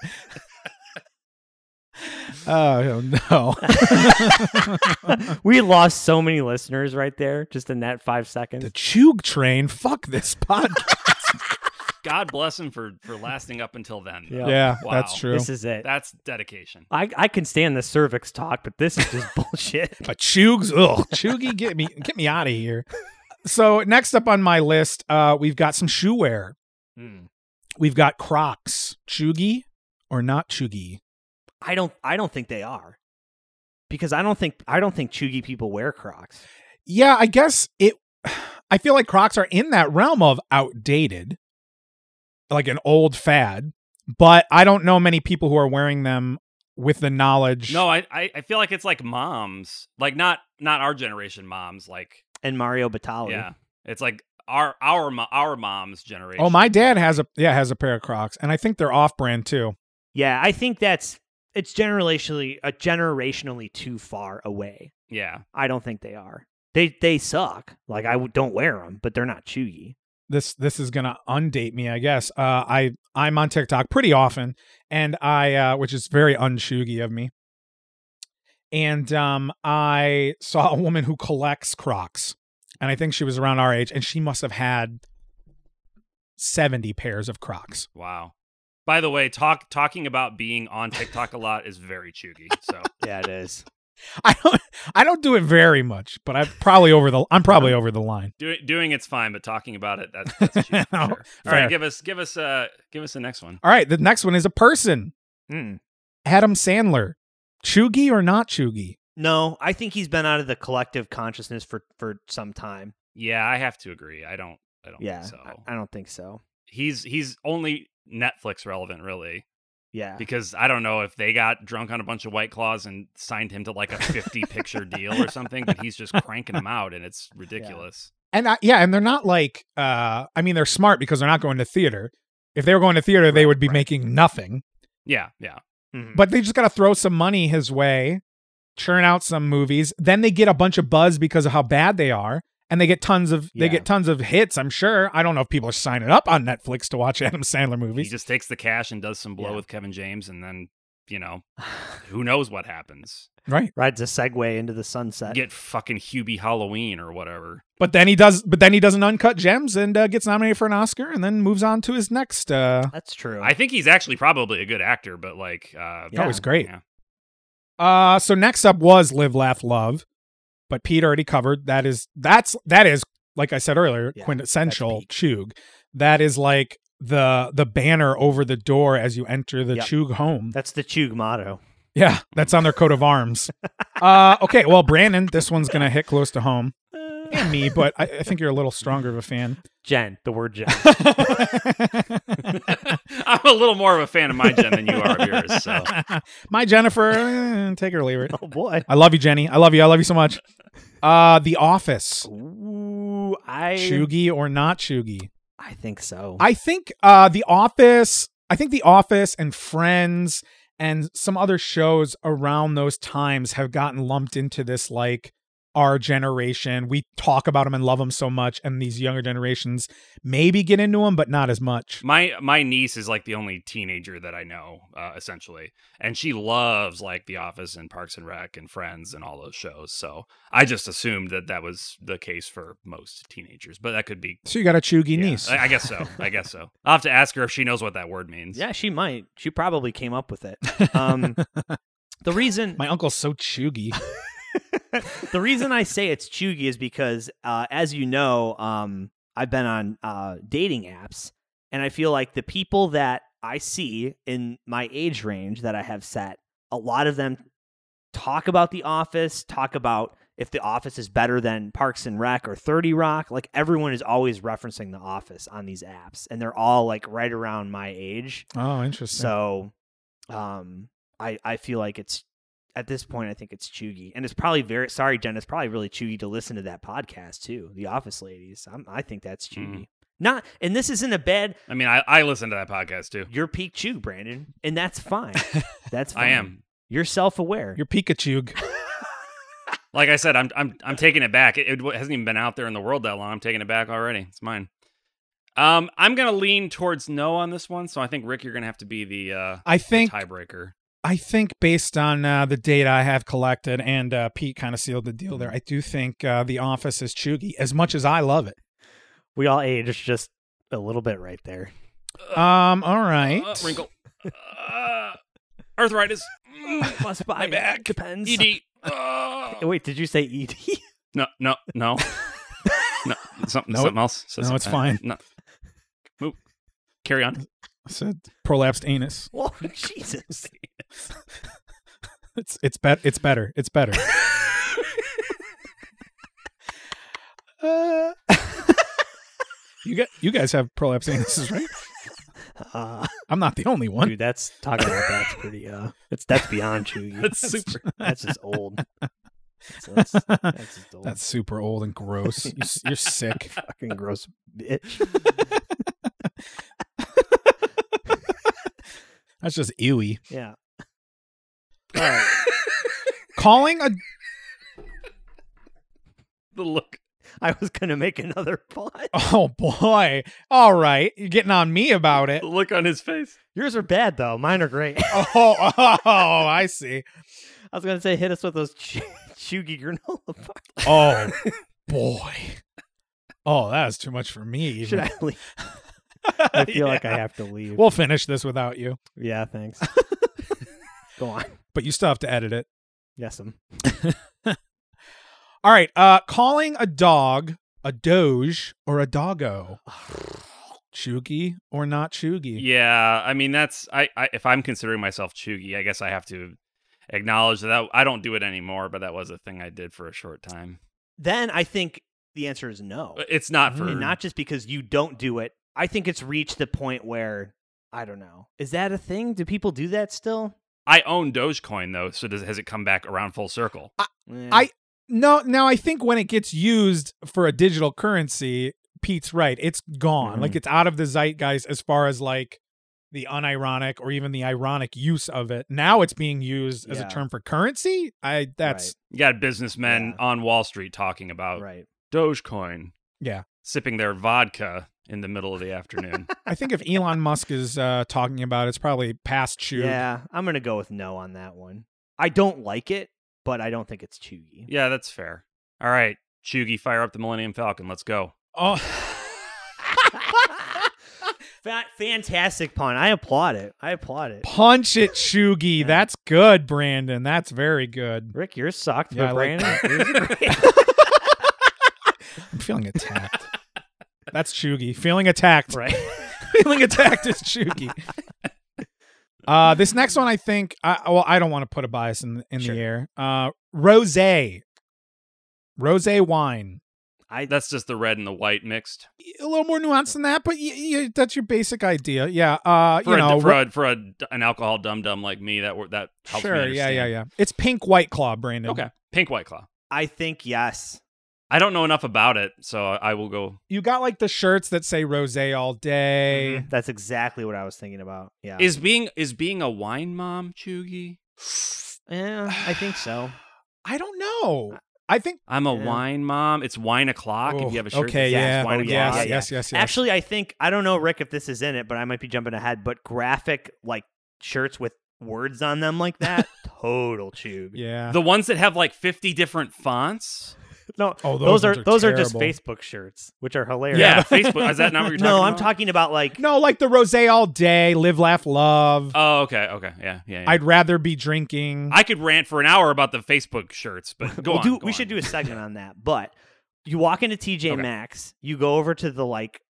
S2: Oh no.
S1: we lost so many listeners right there just in that five seconds.
S2: the Chug train. Fuck this podcast.
S3: God bless him for for lasting up until then. though.
S1: Yeah.
S2: yeah,
S3: Wow.
S2: that's true.
S1: This is it.
S3: That's dedication.
S1: I, I can stand the cervix talk, but this is just bullshit.
S2: A Chugs, ugh, Chugi, get me, get me out of here. So next up on my list, uh, we've got some shoe wear.
S3: Mm.
S2: We've got Crocs, Chugi or not Chugi.
S6: I don't I don't think they are. Because I don't think I don't think Chugi people wear Crocs.
S2: Yeah, I guess it. I feel like Crocs are in that realm of outdated, like an old fad. But I don't know many people who are wearing them with the knowledge.
S3: No, I, I I feel like it's like moms, like not not our generation moms, like
S6: And Mario Batali.
S3: yeah, it's like our our mo- our mom's generation.
S2: Oh, my dad has a yeah has a pair of Crocs, and I think they're off brand too.
S6: Yeah, I think that's it's generationally uh, generationally too far away.
S3: yeah,
S6: I don't think they are. They they suck. Like I w- don't wear them, but they're not Chugi.
S2: This this is gonna undate me, I guess. Uh, I I'm on TikTok pretty often, and I uh, which is very unshoogy of me. And um, I saw a woman who collects Crocs, and I think she was around our age, and she must have had seventy pairs of Crocs.
S3: wow. By the way, talk talking about being on TikTok a lot is very chuggy. So
S6: Yeah, it is.
S2: I don't I don't do it very much, but I'm probably over the I'm probably over the line.
S3: doing doing it's fine, but talking about it that's, that's cheating for
S2: No,
S3: sure. All
S2: fair.
S3: right, give us give us uh give us the next one.
S2: All right, the next one is a person,
S6: Mm.
S2: Adam Sandler, Chugi or not Chugi.
S6: No, I think he's been out of the collective consciousness for for some time.
S3: Yeah, I have to agree. I don't I don't
S6: Yeah,
S3: think so.
S6: I, I don't think so.
S3: he's he's only Netflix relevant really
S6: Yeah,
S3: because I don't know if they got drunk on a bunch of white claws and signed him to like a 50 picture deal or something but he's just cranking them out and it's ridiculous.
S2: And I, yeah, and they're not like uh I mean they're smart because they're not going to theater. If they were going to theater, they would be making nothing.
S3: Mm-hmm. Yeah, yeah.
S6: mm-hmm.
S2: But they just got to throw some money his way, churn out some movies, then they get a bunch of buzz because of how bad they are. And they get tons of
S6: Yeah.
S2: they get tons of hits. I'm sure. I don't know if people are signing up on Netflix to watch Adam Sandler movies.
S3: He just takes the cash and does some blow
S6: Yeah.
S3: with Kevin James and then, you know, who knows what happens.
S2: right?
S6: rides a Segway into the sunset.
S3: Get fucking Hubie Halloween or whatever.
S2: But then he does. But then he does an uncut gems and uh, gets nominated for an Oscar, and then moves on to his next. Uh,
S6: That's true.
S3: I think he's actually probably a good actor but like uh
S2: That was great.
S3: yeah.
S2: Uh, so next up was Live, Laugh, Love, but Pete already covered. That is that's that is like I said earlier,
S6: Yeah,
S2: quintessential
S6: peak.
S2: Chug. That is like the the banner over the door as you enter the
S6: Yep.
S2: Chug home.
S6: that's the Chug motto.
S2: yeah, that's on their coat of arms. uh, okay, well, Brandon, this one's gonna hit close to home.
S6: Uh.
S2: And me, but I, I think you're a little stronger of a fan.
S1: Jen, the word Jen.
S3: I'm a little more of a fan of my gem than you are of yours. So
S2: My Jennifer, eh, take it or leave it.
S6: Oh boy.
S2: I love you, Jenny. I love you. I love you so much. Uh, The Office,
S6: Ooh, I
S2: Chugi or not Chugi?
S6: I think so.
S2: I think uh, The Office. I think The Office and Friends and some other shows around those times have gotten lumped into this like our generation. We talk about them and love them so much, and these younger generations maybe get into them, but not as much.
S3: my my niece is like the only teenager that I know, uh, essentially, and she loves like The Office and Parks and Rec and Friends and all those shows. So I just assumed that that was the case for most teenagers, but that could be.
S2: So you got a Chugi
S3: yeah,
S2: niece.
S3: I, I guess so. I guess so. I'll have to ask her if she knows what that word means.
S6: yeah, she might. She probably came up with it. Um, the reason
S2: My uncle's so Chugi.
S6: the reason I say it's Chugi is because, uh, as you know, um, I've been on uh, dating apps, and I feel like the people that I see in my age range that I have set, a lot of them talk about The Office, talk about if The Office is better than Parks and Rec or 30 Rock. Like everyone is always referencing The Office on these apps, and they're all like right around my age.
S2: Oh, interesting.
S6: So, um, I I feel like it's at this point I think it's Chugi, and it's probably very sorry, Jen. It's probably really Chugi to listen to that podcast too, The Office Ladies. I'm, I think that's
S3: Mm-hmm.
S6: Chugi. Not, and this isn't a bad
S3: I mean, I, I listen to that podcast too.
S6: your peak Chew, Brandon, and that's fine. That's fine.
S3: I am.
S6: You're self aware.
S2: Your Pikachu.
S3: Like I said, I'm I'm I'm taking it back. It, it w- hasn't even been out there in the world that long. I'm taking it back already. It's mine. Um, I'm gonna lean towards no on this one. So I think Rick, you're gonna have to be the uh,
S2: I think
S3: tiebreaker.
S2: I think based on uh, the data I have collected, and uh, Pete kind of sealed the deal there. I do think uh, The Office is chuggy, as much as I love it.
S6: We all aged just a little bit right there.
S2: Um, all right.
S3: Uh, wrinkle. Uh, arthritis. Mm,
S6: My spine.
S3: back. E
S6: Depends.
S3: ED. Uh.
S6: Wait, did you say E ED?
S3: No, no, no. no, something,
S2: No,
S3: something else. Says
S2: no, it's
S3: something-
S2: fine.
S3: No. Move. Carry on.
S2: I said prolapsed anus.
S6: Whoa,
S3: E
S6: Jesus.
S2: It's it's bet it's better. It's better. uh, you got you guys have prolapsed anuses, right?
S6: Uh,
S2: I'm not the only one.
S6: dude, that's talking about that's pretty, uh, that's, that's beyond chuggy.
S3: That's super.
S6: That's just old. That's, that's, that's just old.
S2: That's super old and gross. You, s- you're sick.
S6: fucking gross bitch.
S2: That's just ewy.
S6: Yeah.
S2: Calling a
S3: The look.
S6: I was going to make another pun.
S2: oh boy. All right, you're getting on me about it.
S3: The look on his face.
S6: Yours are bad, though. Mine are great.
S2: Oh, oh, I see.
S6: I was going to say, hit us with those ch- chuggy granola bars.
S2: Oh boy. Oh, that was too much for me. even.
S6: Should I leave? I feel like I have to leave.
S2: We'll finish this without you,
S6: yeah, thanks. Go on.
S2: but you still have to edit it.
S6: Yes, um. I'm.
S2: All right. Uh, calling a dog a doge or a doggo. Chuggy or not chuggy?
S3: Yeah, I mean that's I, I if I'm considering myself chuggy, I guess I have to acknowledge that I don't do it anymore, but that was a thing I did for a short time. Uh,
S6: Then I think the answer is no.
S2: Oh,
S3: It's not for
S6: And not just because you don't do it. I think it's reached the point where, I don't know. Is that a thing? Do people do that still?
S3: I own Dogecoin though, so does has it come back around full circle?
S6: Eh.
S2: I- No. Now I think when it gets used for a digital currency, Pete's right. It's gone.
S6: Mm-hmm.
S2: Like it's out of the zeitgeist as far as like the unironic or even the ironic use of it. Now it's being used as
S6: Yeah.
S2: a term for currency. I that's
S3: You got businessmen
S6: Yeah.
S3: on Wall Street talking about
S6: right.
S3: Dogecoin.
S2: Yeah.
S3: Sipping their vodka in the middle of the afternoon.
S2: I think if Elon Musk is uh, talking about, it, it's probably past chug.
S6: Yeah, I'm gonna go with no on that one. I don't like it, but I don't think it's chewy.
S3: yeah, that's fair. All right, Chugi, fire up the Millennium Falcon. Let's go.
S2: Oh.
S6: Fa- fantastic pun. I applaud it. I applaud it.
S2: Punch it, Shugi. That's good, Brandon. That's very good.
S6: Rick, yours sucked,
S2: Yeah, I
S6: but
S2: like
S6: Brandon, yours is great.
S2: I'm feeling attacked. That's Shugi. Feeling attacked.
S6: right.
S2: feeling attacked is Shugi. Uh, this next one, I think. I, well, I don't want to put a bias in in
S6: Sure.
S2: the air. Uh, rose, rose wine.
S6: I
S3: That's just the red and the white mixed
S2: A little more nuanced than that, but y- y- that's your basic idea. Yeah. Uh,
S3: for
S2: you
S3: a,
S2: know.
S3: for,
S2: ro-
S3: a, for a, an alcohol dum dum like me. That wor- that helps me
S2: sure. Yeah.
S3: understand.
S2: Yeah. Yeah. It's pink white claw, Brandon.
S3: Okay, pink white claw.
S6: I think yes.
S3: I don't know enough about it, so I will go.
S2: You got like the shirts that say rose all day.
S6: Mm-hmm.
S3: Mm-hmm.
S6: That's exactly what I was thinking about. Yeah.
S3: Is being is being a wine mom, Chugi?
S6: yeah, I think so.
S2: I don't know. I think
S3: I'm a
S6: Yeah.
S3: wine mom. It's wine o'clock.
S2: Oh,
S3: if you have a shirt,
S2: okay,
S3: that says
S2: yeah,
S3: wine
S6: oh,
S3: o'clock.
S6: yeah,
S2: yes,
S6: yeah,
S2: yes, yes, yes.
S6: Actually, I think I don't know, Rick, if this is in it, but I might be jumping ahead. But graphic like shirts with words on them like that, total tube.
S2: yeah.
S3: The ones that have like 50 different fonts.
S6: No,
S2: oh,
S6: those, are, those are just
S2: terrible.
S6: Facebook shirts, which are hilarious.
S3: Yeah, Facebook. Is that not what you're talking
S6: No,
S3: about?
S6: I'm talking about like
S2: No, like the rose all day, live, laugh, love.
S3: Oh, okay, okay, yeah, yeah. yeah. I
S2: I'd rather be drinking.
S3: could rant for an hour about the Facebook shirts, but go
S6: we'll
S3: on.
S6: do,
S3: go
S6: we
S3: on.
S6: should do a segment on that. But you walk into TJ
S3: Okay.
S6: Maxx, you go over to the like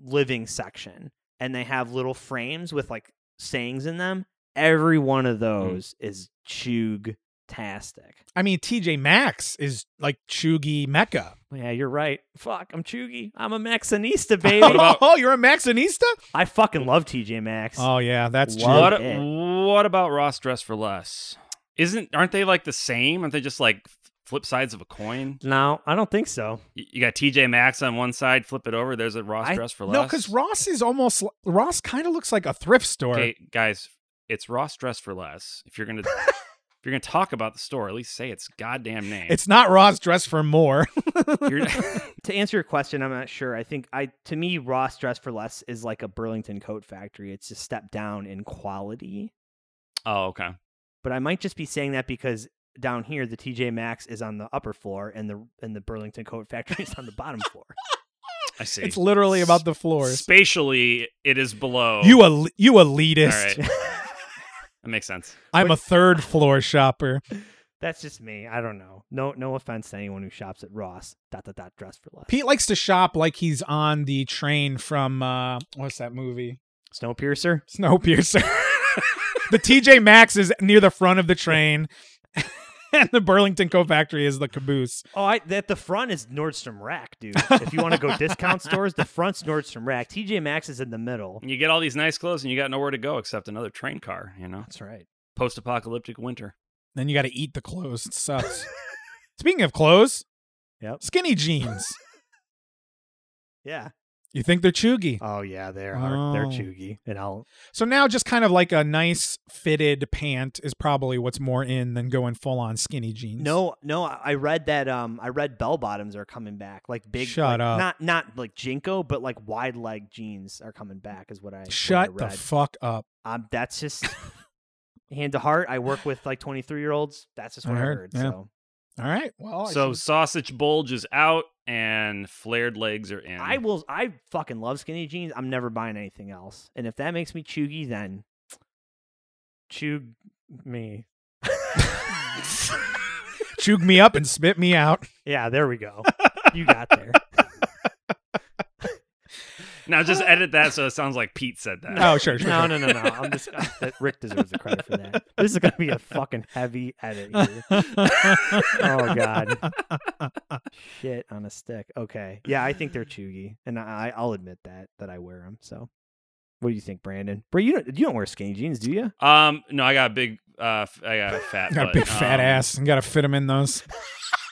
S6: living section, and they have little frames with like sayings in them. Every one
S3: Mm-hmm.
S6: of those is chug tastic.
S2: I mean, TJ Maxx is like chuggy mecca.
S6: Yeah, you're right. Fuck, I'm chuggy. I'm a Maxinista,
S3: What
S6: baby.
S3: about-
S2: oh, you're a Maxinista?
S6: I fucking love TJ Maxx.
S2: Oh yeah, that's
S6: Love
S2: true.
S3: What,
S6: it.
S3: what about Ross Dress for Less? Isn't aren't they like the same? Aren't they just like flip sides of a coin?
S6: no, I don't think so.
S3: Y- You got TJ Maxx on one side, flip it over. There's a Ross
S6: I-
S3: Dress for Less.
S2: No, because Ross is almost l- Ross kind of looks like a thrift store.
S3: okay, guys, it's Ross Dress for Less. If you're gonna if you're gonna talk about the store, at least say its goddamn name.
S2: It's not Ross dress for more.
S3: You're-
S6: To answer your question, I'm not sure. I think I to me Ross Dress for Less is like a Burlington coat factory. It's a step down in quality.
S3: oh, okay.
S6: but I might just be saying that because down here the TJ Maxx is on the upper floor and the and the Burlington Coat Factory is on the bottom floor.
S3: I see.
S2: It's literally about the floors.
S3: Spatially, it is below.
S2: You el- you elitist.
S3: All right. that makes sense.
S2: I'm a third floor shopper.
S6: That's just me. I don't know. No no offense to anyone who shops at Ross. Dot dot dot dress for less.
S2: Pete likes to shop like he's on the train from uh what's that movie?
S6: Snowpiercer.
S2: Snowpiercer. the TJ Maxx is near the front of the train. and the Burlington Co Factory is the caboose.
S6: Oh, I that the front is Nordstrom Rack, dude. If you want to go discount stores, the front's Nordstrom Rack. TJ Maxx is in the middle.
S3: You get all these nice clothes and you got nowhere to go except another train car, you know?
S6: That's right.
S3: Post apocalyptic winter.
S2: Then you got to eat the clothes. It sucks. Speaking of clothes,
S6: Yep.
S2: skinny jeans.
S6: Yeah.
S2: You think they're chuggy.
S6: Oh yeah, they're hard.
S2: Oh.
S6: they're chuggy. And I'll
S2: So now just kind of like a nice fitted pant is probably what's more in than going full on skinny jeans.
S6: No, no, I I read that um I read bell bottoms are coming back. Like big
S2: Shut
S6: like,
S2: up.
S6: not not like Jinko, but like wide leg jeans are coming back is what I what I
S2: Shut the
S6: read.
S2: fuck up.
S6: um that's just hand to heart. I work with like 23-year-olds. That's just
S2: I
S6: what I
S2: heard,
S6: heard.
S2: yeah.
S6: So
S2: All right. Well, Oh, I
S3: so
S2: should-
S3: sausage bulge is out and flared legs are in.
S6: I will I fucking love skinny jeans. I'm never buying anything else. And if that makes me chuggy, then
S1: Chew me.
S2: chug me up and spit me out.
S1: Yeah, there we go.
S6: you got there.
S3: Now just edit that so it sounds like Pete said that.
S2: Oh, sure, sure.
S6: no, no,
S2: sure.
S6: no, no. I'm just I, that Rick deserves the credit for that. This is gonna be a fucking heavy edit here. oh god shit on a stick okay yeah i think they're chuggy and i I- i'll admit that that i wear them so what do you think brandon bro you don't you don't wear skinny jeans do you
S3: Um, no, I got a big, uh, f- I got a fat,
S2: Got a
S3: butt.
S2: big fat
S3: Um,
S2: ass and got to fit him in those.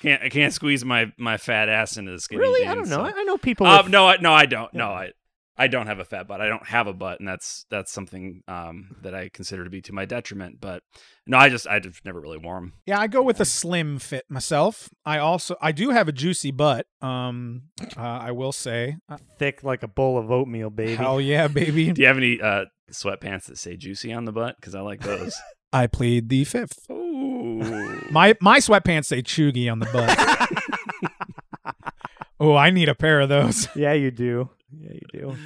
S3: Can't I can't squeeze my my fat ass into the skinny
S6: really i don't
S3: jeans,
S6: know i
S3: so-
S6: I know people
S3: Um,
S6: with-
S3: no, I, no, I don't. No, I, I don't have a fat butt. I don't have a butt, and that's that's something um that I consider to be to my detriment. But no, I just I just never really wore 'em.
S2: Yeah, I go with a slim fit myself. I also I do have a juicy butt. Um, uh, I will say, uh,
S1: Thick like a bowl of oatmeal, baby.
S2: hell yeah, baby!
S3: Do you have any uh sweatpants that say "juicy" on the butt? Because I like those.
S2: I plead the fifth.
S3: Ooh.
S2: My my sweatpants say chuggy on the butt. oh, I need a pair of those.
S6: yeah you do yeah you do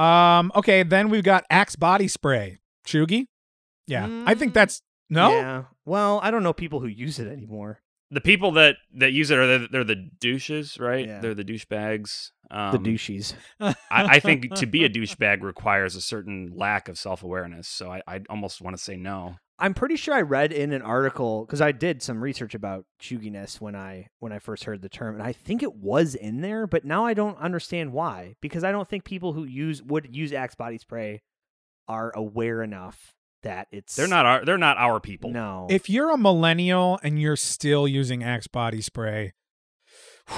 S2: Um, okay, then we've got Axe body spray. Chuggy? Yeah, I think that's no.
S6: yeah well i don't know people who use it anymore
S3: the people that that use it are the, they're the douches, right?
S6: Yeah.
S3: They're the douchebags. Um,
S6: the douchies
S3: I, I think to be a douchebag requires a certain lack of self awareness. So I, I almost want to say no.
S6: I'm pretty sure I read in an article because I did some research about chugginess when I when I first heard the term, and I think it was in there, but now I don't understand why because I don't think people who use would use Axe body spray are aware enough that it's
S3: They're not our they're not our people.
S6: No,
S2: If you're a millennial and you're still using Axe body spray,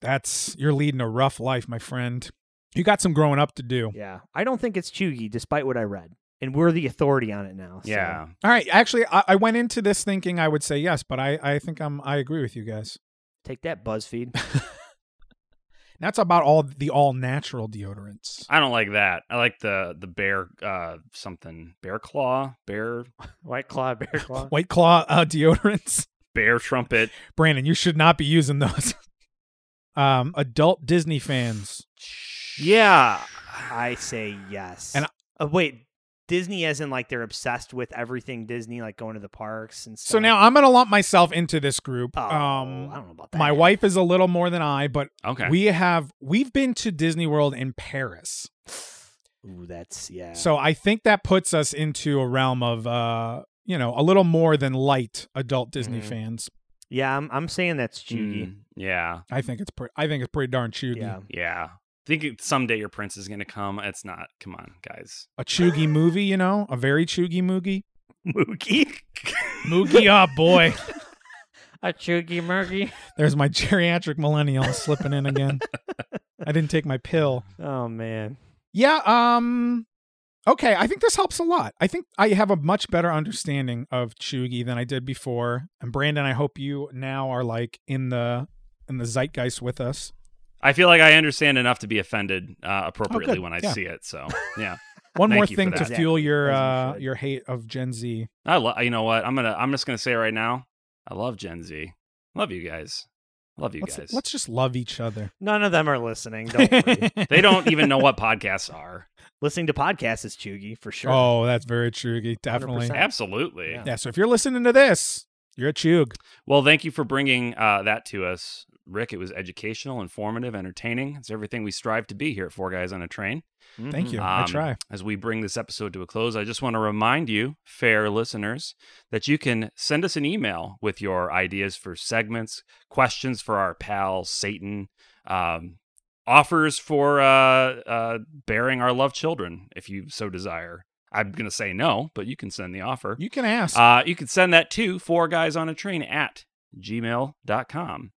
S2: that's you're leading a rough life, my friend. You got some growing up to do.
S6: yeah, I don't think it's chuggy despite what I read, and we're the authority on it now. so-
S3: Yeah.
S2: All right, actually, I, I went into this thinking I would say yes, but I, I think I'm I agree with you guys.
S6: take that BuzzFeed.
S2: That's about all the all natural deodorants.
S3: I don't like that. I like the the bear uh something bear claw bear
S1: White claw, bear claw.
S2: White Claw uh, deodorants.
S3: bear trumpet.
S2: Brandon, you should not be using those. um, adult Disney fans.
S3: Yeah,
S6: I say yes.
S2: And I-
S6: oh, wait, Disney as in like they're obsessed with everything Disney, like going to the parks and stuff.
S2: So now I'm gonna lump myself into this group.
S6: Oh, I
S2: um,
S6: don't know about that.
S2: my wife is a little more than I, but
S3: okay.
S2: we have we've been to Disney World in Paris.
S6: Ooh, that's yeah.
S2: So I think that puts us into a realm of uh, you know, a little more than light adult Disney
S3: Mhm.
S2: fans.
S6: yeah, I'm I'm saying that's Judy.
S3: Mm, yeah,
S2: I think it's pretty. I think it's pretty darn chuggy.
S6: Yeah.
S3: yeah. Think it- someday your prince is gonna come. It's not. Come on, guys.
S2: A chuggy movie, you know, a very chuggy moogie.
S6: Mookie.
S2: Moogie, oh boy.
S1: a chuggy murgy.
S2: There's my geriatric millennial slipping in again. I didn't take my pill.
S1: Oh man.
S2: Yeah. Um. Okay. I think this helps a lot. I think I have a much better understanding of chuggy than I did before. And Brandon, I hope you now are like in the in the zeitgeist with us.
S3: I feel like I understand enough to be offended uh, appropriately when I
S2: Yeah.
S3: see it. So yeah,
S2: One
S3: Thank
S2: more
S3: you for
S2: thing to
S3: that.
S2: fuel your
S6: As you
S2: uh,
S6: should.
S2: your hate of Gen Z.
S3: I love. You know what? I'm gonna. I'm just gonna say right now. I love Gen Z. Love you guys. Love you
S2: Let's,
S3: guys.
S2: let's just love each other.
S6: None of them are listening. Don't worry.
S3: They don't even know what podcasts are.
S6: listening to podcasts is chuggy for sure.
S2: Oh, that's very true. Gee, Definitely.
S6: 100%.
S3: Absolutely.
S6: Yeah.
S2: Yeah. So if you're listening to this, you're a chug.
S3: Well, thank you for bringing uh, that to us, Rick. It was educational, informative, entertaining. It's everything we strive to be here at Four Guys on a Train.
S6: Mm-hmm.
S2: Thank you. I
S3: Um,
S2: try.
S3: As we bring this episode to a close, I just want to remind you, fair listeners, that you can send us an email with your ideas for segments, questions for our pal Satan, um, offers for uh, uh, bearing our love children, if you so desire. I'm going to say no, but you can send the offer.
S2: You can ask.
S3: Uh, you can send that to four guys on a train at gmail.com.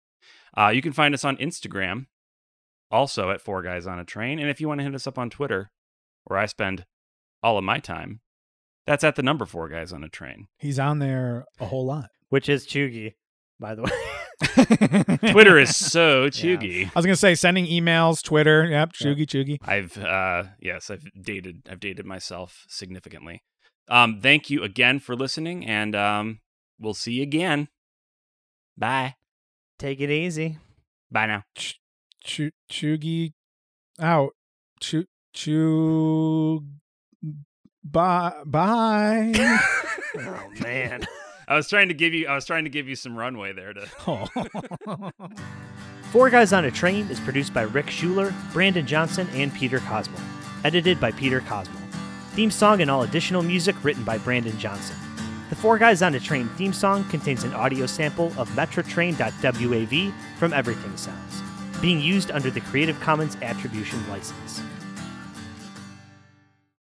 S3: Uh, you can find us on Instagram, also at four guys on a train. And if you want to hit us up on Twitter, where I spend all of my time, that's at the number four guys on a train.
S2: He's on there a whole lot.
S6: Which is chuggy, by the way.
S3: Twitter is so chuggy.
S2: I was gonna say sending emails, Twitter. Yep, chuggy chuggy.
S3: I've uh yes, I've dated I've dated myself significantly. Um thank you again for listening and um we'll see you again. Bye.
S6: Take it easy.
S3: Bye now.
S2: Chu- chuggy out. Chu chug. Bye bye.
S6: Oh man.
S3: I was trying to give you I was trying to give you some runway there to
S2: oh.
S6: Four Guys on a Train is produced by Rick Schuler, Brandon Johnson, and Peter Cosmo. Edited by Peter Cosmo. Theme song and all additional music written by Brandon Johnson. The Four Guys on a Train theme song contains an audio sample of MetroTrain.wav from Everything Sounds, being used under the Creative Commons Attribution License.